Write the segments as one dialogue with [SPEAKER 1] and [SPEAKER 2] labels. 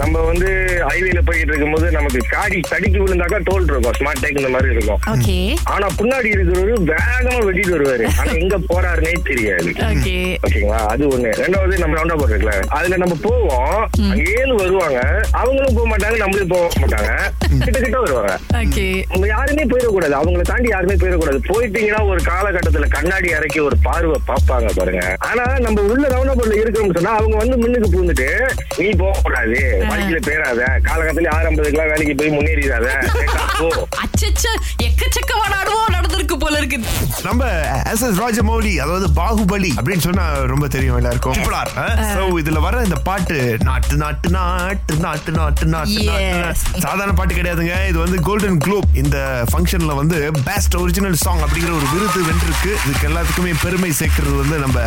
[SPEAKER 1] நம்ம வந்து ஹைவேல போயிட்டு இருக்கும்போது நமக்கு காடி தடிக்கு விழுந்தாக்கா டோல் இருக்கும் ஸ்மார்ட் டேக் இந்த மாதிரி இருக்கும்
[SPEAKER 2] ஓகே
[SPEAKER 1] ஆனா பின்னாடி இருக்கிறவரு வேகமா வெட்டிட்டு வருவாரு ஆனா எங்க போறாருன்னே தெரியாது
[SPEAKER 2] ஓகே
[SPEAKER 1] ஓகேங்களா அது ஒண்ணு ரெண்டாவது நம்ம ரவுண்டா போட்டுருக்கல அதுல நம்ம போவோம் அங்க ஏழு வருவாங்க அவங்களும் போக மாட்டாங்க நம்மளும் போக மாட்டாங்க கிட்ட கிட்ட வருவாங்க
[SPEAKER 2] ஓகே
[SPEAKER 1] நம்ம யாருமே போயிடக்கூடாது அவங்கள தாண்டி யாருமே போயிடக்கூடாது போயிட்டீங்கன்னா ஒரு காலகட்டத்துல கண்ணாடி இறக்கி ஒரு பார்வை பார்ப்பாங்க பாருங்க ஆனா நம்ம உள்ள ரவுண்டபுள்ள இருக்கோம்னு சொன்னா அவங்க வந்து முன்னுக்கு பூந்துட்டு நீ போகக்கூடாது வழியில பேராத காலகட்டத்துல ஆறு ஐம்பதுக்கெல்லாம் வேலைக்கு போய் முன்னேறிடாத கேட்டா போ.
[SPEAKER 2] அச்சச்ச எக்கச்சக்கமான அனுபவம் நடந்திருக்கு போல இருக்கு
[SPEAKER 3] நம்ம எஸ் எஸ் ராஜமௌலி அதாவது பாகுபலி அப்படின்னு சொன்னா ரொம்ப தெரியும் எல்லாருக்கும் popular, ஆ? So, இதுல வர இந்த பாட்டு நாட்டு நாட்டு நாட்டு நாட்டு நாட்டு நாட்டு நாட்டு,
[SPEAKER 2] Yes.
[SPEAKER 3] நாட்டு. சாதாரண பாட்டு கிடையாதுங்க இது வந்து கோல்டன் குளோப் இந்த ஃபங்க்ஷன்ல வந்து பெஸ்ட் ஒரிஜினல் சாங் அப்படிங்கிற ஒரு விருது வென்றிருக்கு இதுக்கு எல்லாத்துக்குமே பெருமை சேர்க்கிறது வந்து நம்ம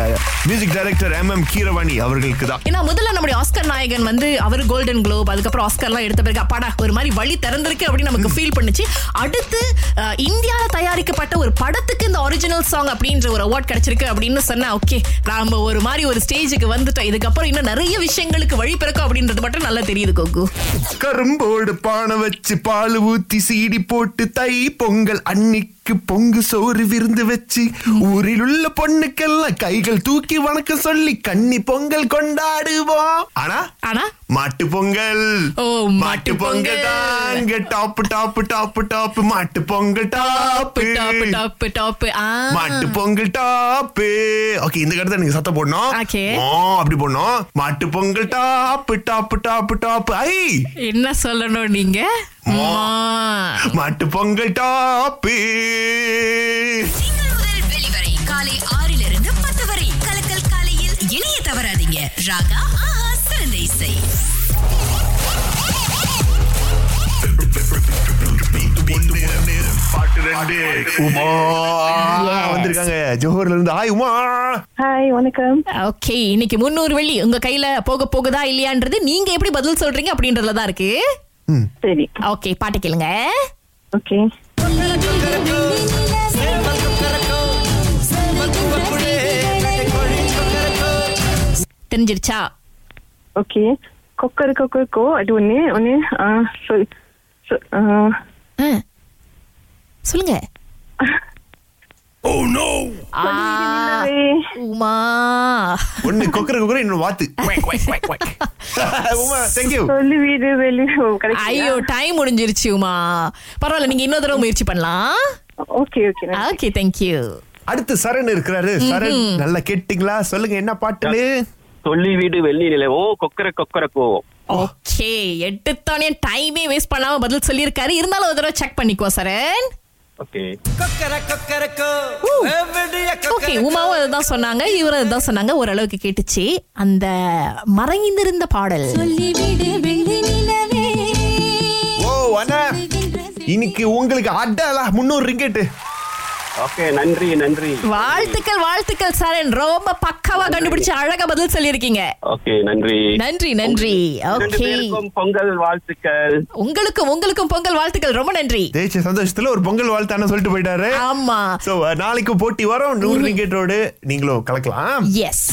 [SPEAKER 3] music director M M Keeravani அவர்களுக்கு தான்
[SPEAKER 2] ஏன்னா முதல்ல நம்முடைய ஆஸ்கர் நாயகன் வந்து அவர் கோல்டன் குளோப் அதுக்கப்புறம் ஆஸ்கர்லாம் எடுத்த பிறகு அப்பாடா ஒரு மாதிரி வழி திறந்திருக்கு அப்படின்னு நமக்கு ஃபீல் பண்ணுச்சு அடுத்து அஹ், இந்தியால தயாரிக்கப்பட்ட ஒரு படத்துக்கு இந்த ஒரிஜினல் சாங் அப்படின்ற ஒரு அவார்ட் கிடைச்சிருக்கு அப்படின்னு சொன்னா ஓகே நாம ஒரு மாதிரி ஒரு ஸ்டேஜுக்கு வந்துட்டோம் இதுக்கப்புறம் இன்னும் நிறைய விஷயங்களுக்கு வழி பிறக்கும் அப்படின்றது மட்டும் நல்லா தெரியுது கோகு
[SPEAKER 3] கரும்போடு பானை வச்சு பால் ஊத்தி சீடி போட்டு தை பொங்கல் அன்னிக்கு பொங்கு சோறு விருந்து வச்சு ஊரில் உள்ள பொண்ணுக்கெல்லாம் கைகள் தூக்கி வணக்கம் சொல்லி கன்னி பொங்கல் கொண்டாடுவோம் ஆனா
[SPEAKER 2] ஆனா
[SPEAKER 3] மாட்டு பொங்கல்
[SPEAKER 2] ஓ,
[SPEAKER 3] மாட்டு
[SPEAKER 2] மாட்டு
[SPEAKER 3] பொங்கல்
[SPEAKER 2] பொங்கல்.
[SPEAKER 3] தாங்க டாப் top top top Mattu Pongal
[SPEAKER 2] top top
[SPEAKER 3] top
[SPEAKER 2] top top ஆ
[SPEAKER 3] மாட்டு பொங்கல் டாப்பு ஓகே இந்த கட்டத்துல நீங்க சத்தம் போடணும்
[SPEAKER 2] Okay.
[SPEAKER 3] ஆ, அப்படி போடணும் மாட்டு பொங்கல் டாப்பு டாப்பு டாப்பு டாப்பு ஐ
[SPEAKER 2] என்ன சொல்லணும் நீங்க
[SPEAKER 3] மா.
[SPEAKER 2] மா.
[SPEAKER 3] மாட்டு பொங்கல் டாப்பு
[SPEAKER 4] திங்கள் முதல் வெளிவரை காலை ஆறிலிருந்து பத்து வரை கலக்கல் காலையில் இணைய தவறாதீங்க ராகா ஆஹா சிறந்த இசை
[SPEAKER 3] உமா வந்திருக்காங்க ஜோஹர்ல இருந்து ஹாய் உமா
[SPEAKER 5] ஹாய் வணக்கம்
[SPEAKER 2] ஓகே இன்னைக்கு முந்நூறு வெள்ளி உங்க கையில போக போகுதா இல்லையான்றது நீங்க எப்படி பதில் சொல்றீங்க அப்படின்றதுல தான் இருக்கு
[SPEAKER 5] சரி
[SPEAKER 2] ஓகே பாட்டு கேளுங்க
[SPEAKER 5] ஓகே
[SPEAKER 2] தெரிஞ்சிருச்சா
[SPEAKER 5] ஓகே கொக்கர் கொக்கர் கோ அது ஒன்று ஒன்று ஆ சொல் சொ- ஆ,
[SPEAKER 2] ஆ. சொல்லுங்க ஆ,
[SPEAKER 5] நிலவே.
[SPEAKER 2] உமா
[SPEAKER 3] ஒண்ணு கொக்கர கொக்கர இன்னொரு வாத்து உமா தேங்க்யூ
[SPEAKER 5] சொல்லு வீடு வெளி ஓ, கிடைச்சிதா?
[SPEAKER 2] ஐயோ டைம் முடிஞ்சிருச்சு உமா பரவாயில்ல நீங்க இன்னொரு தடவை முயற்சி பண்ணலாம்
[SPEAKER 5] ஓகே ஓகே நன்றி.
[SPEAKER 2] ஓகே தேங்க்யூ
[SPEAKER 3] அடுத்து சரண் இருக்கிறாரு சரண் நல்லா கேட்டிங்களா சொல்லுங்க என்ன பாட்டுன்னு
[SPEAKER 6] சொல்லி வீடு வெள்ளி நிலவோ கொக்கர கொக்கர கோ
[SPEAKER 2] ஓகே எடுத்தோடனே டைமே வேஸ்ட் பண்ணாம பதில் சொல்லியிருக்காரு இருந்தாலும் ஒரு தடவை செக் பண்ணிக்குவோம் சரண்
[SPEAKER 6] ஓகே
[SPEAKER 2] ஓகே உமாவும் அதுதான் சொன்னாங்க இவரும் அதுதான் சொன்னாங்க ஓரளவுக்கு கேட்டுச்சு அந்த மறைந்திருந்த பாடல்
[SPEAKER 3] ஓ அண்ணா இன்னைக்கு உங்களுக்கு அடலா முன்னூறு ரிங்கெட்டு
[SPEAKER 6] ஓகே நன்றி நன்றி
[SPEAKER 2] வாழ்த்துக்கள் வாழ்த்துக்கள் சரண் ரொம்ப பக்காவா கண்டுபிடிச்சு அழகா பதில் சொல்லியிருக்கீங்க
[SPEAKER 6] ஓகே நன்றி
[SPEAKER 2] நன்றி நன்றி
[SPEAKER 6] ரெண்டு
[SPEAKER 2] ஓகே
[SPEAKER 6] பேருக்கும் பொங்கல் வாழ்த்துக்கள்
[SPEAKER 2] உங்களுக்கும் உங்களுக்கும் பொங்கல் வாழ்த்துக்கள் ரொம்ப நன்றி
[SPEAKER 3] ஜெயிச்ச சந்தோஷத்துல ஒரு பொங்கல் வாழ்த்தான சொல்லிட்டு போயிட்டாரு
[SPEAKER 2] ஆமா
[SPEAKER 3] சோ நாளைக்கு போட்டி வரோம் நூறு ரிங்கெட்டோடு நீங்களும் கலக்கலாம்
[SPEAKER 2] எஸ்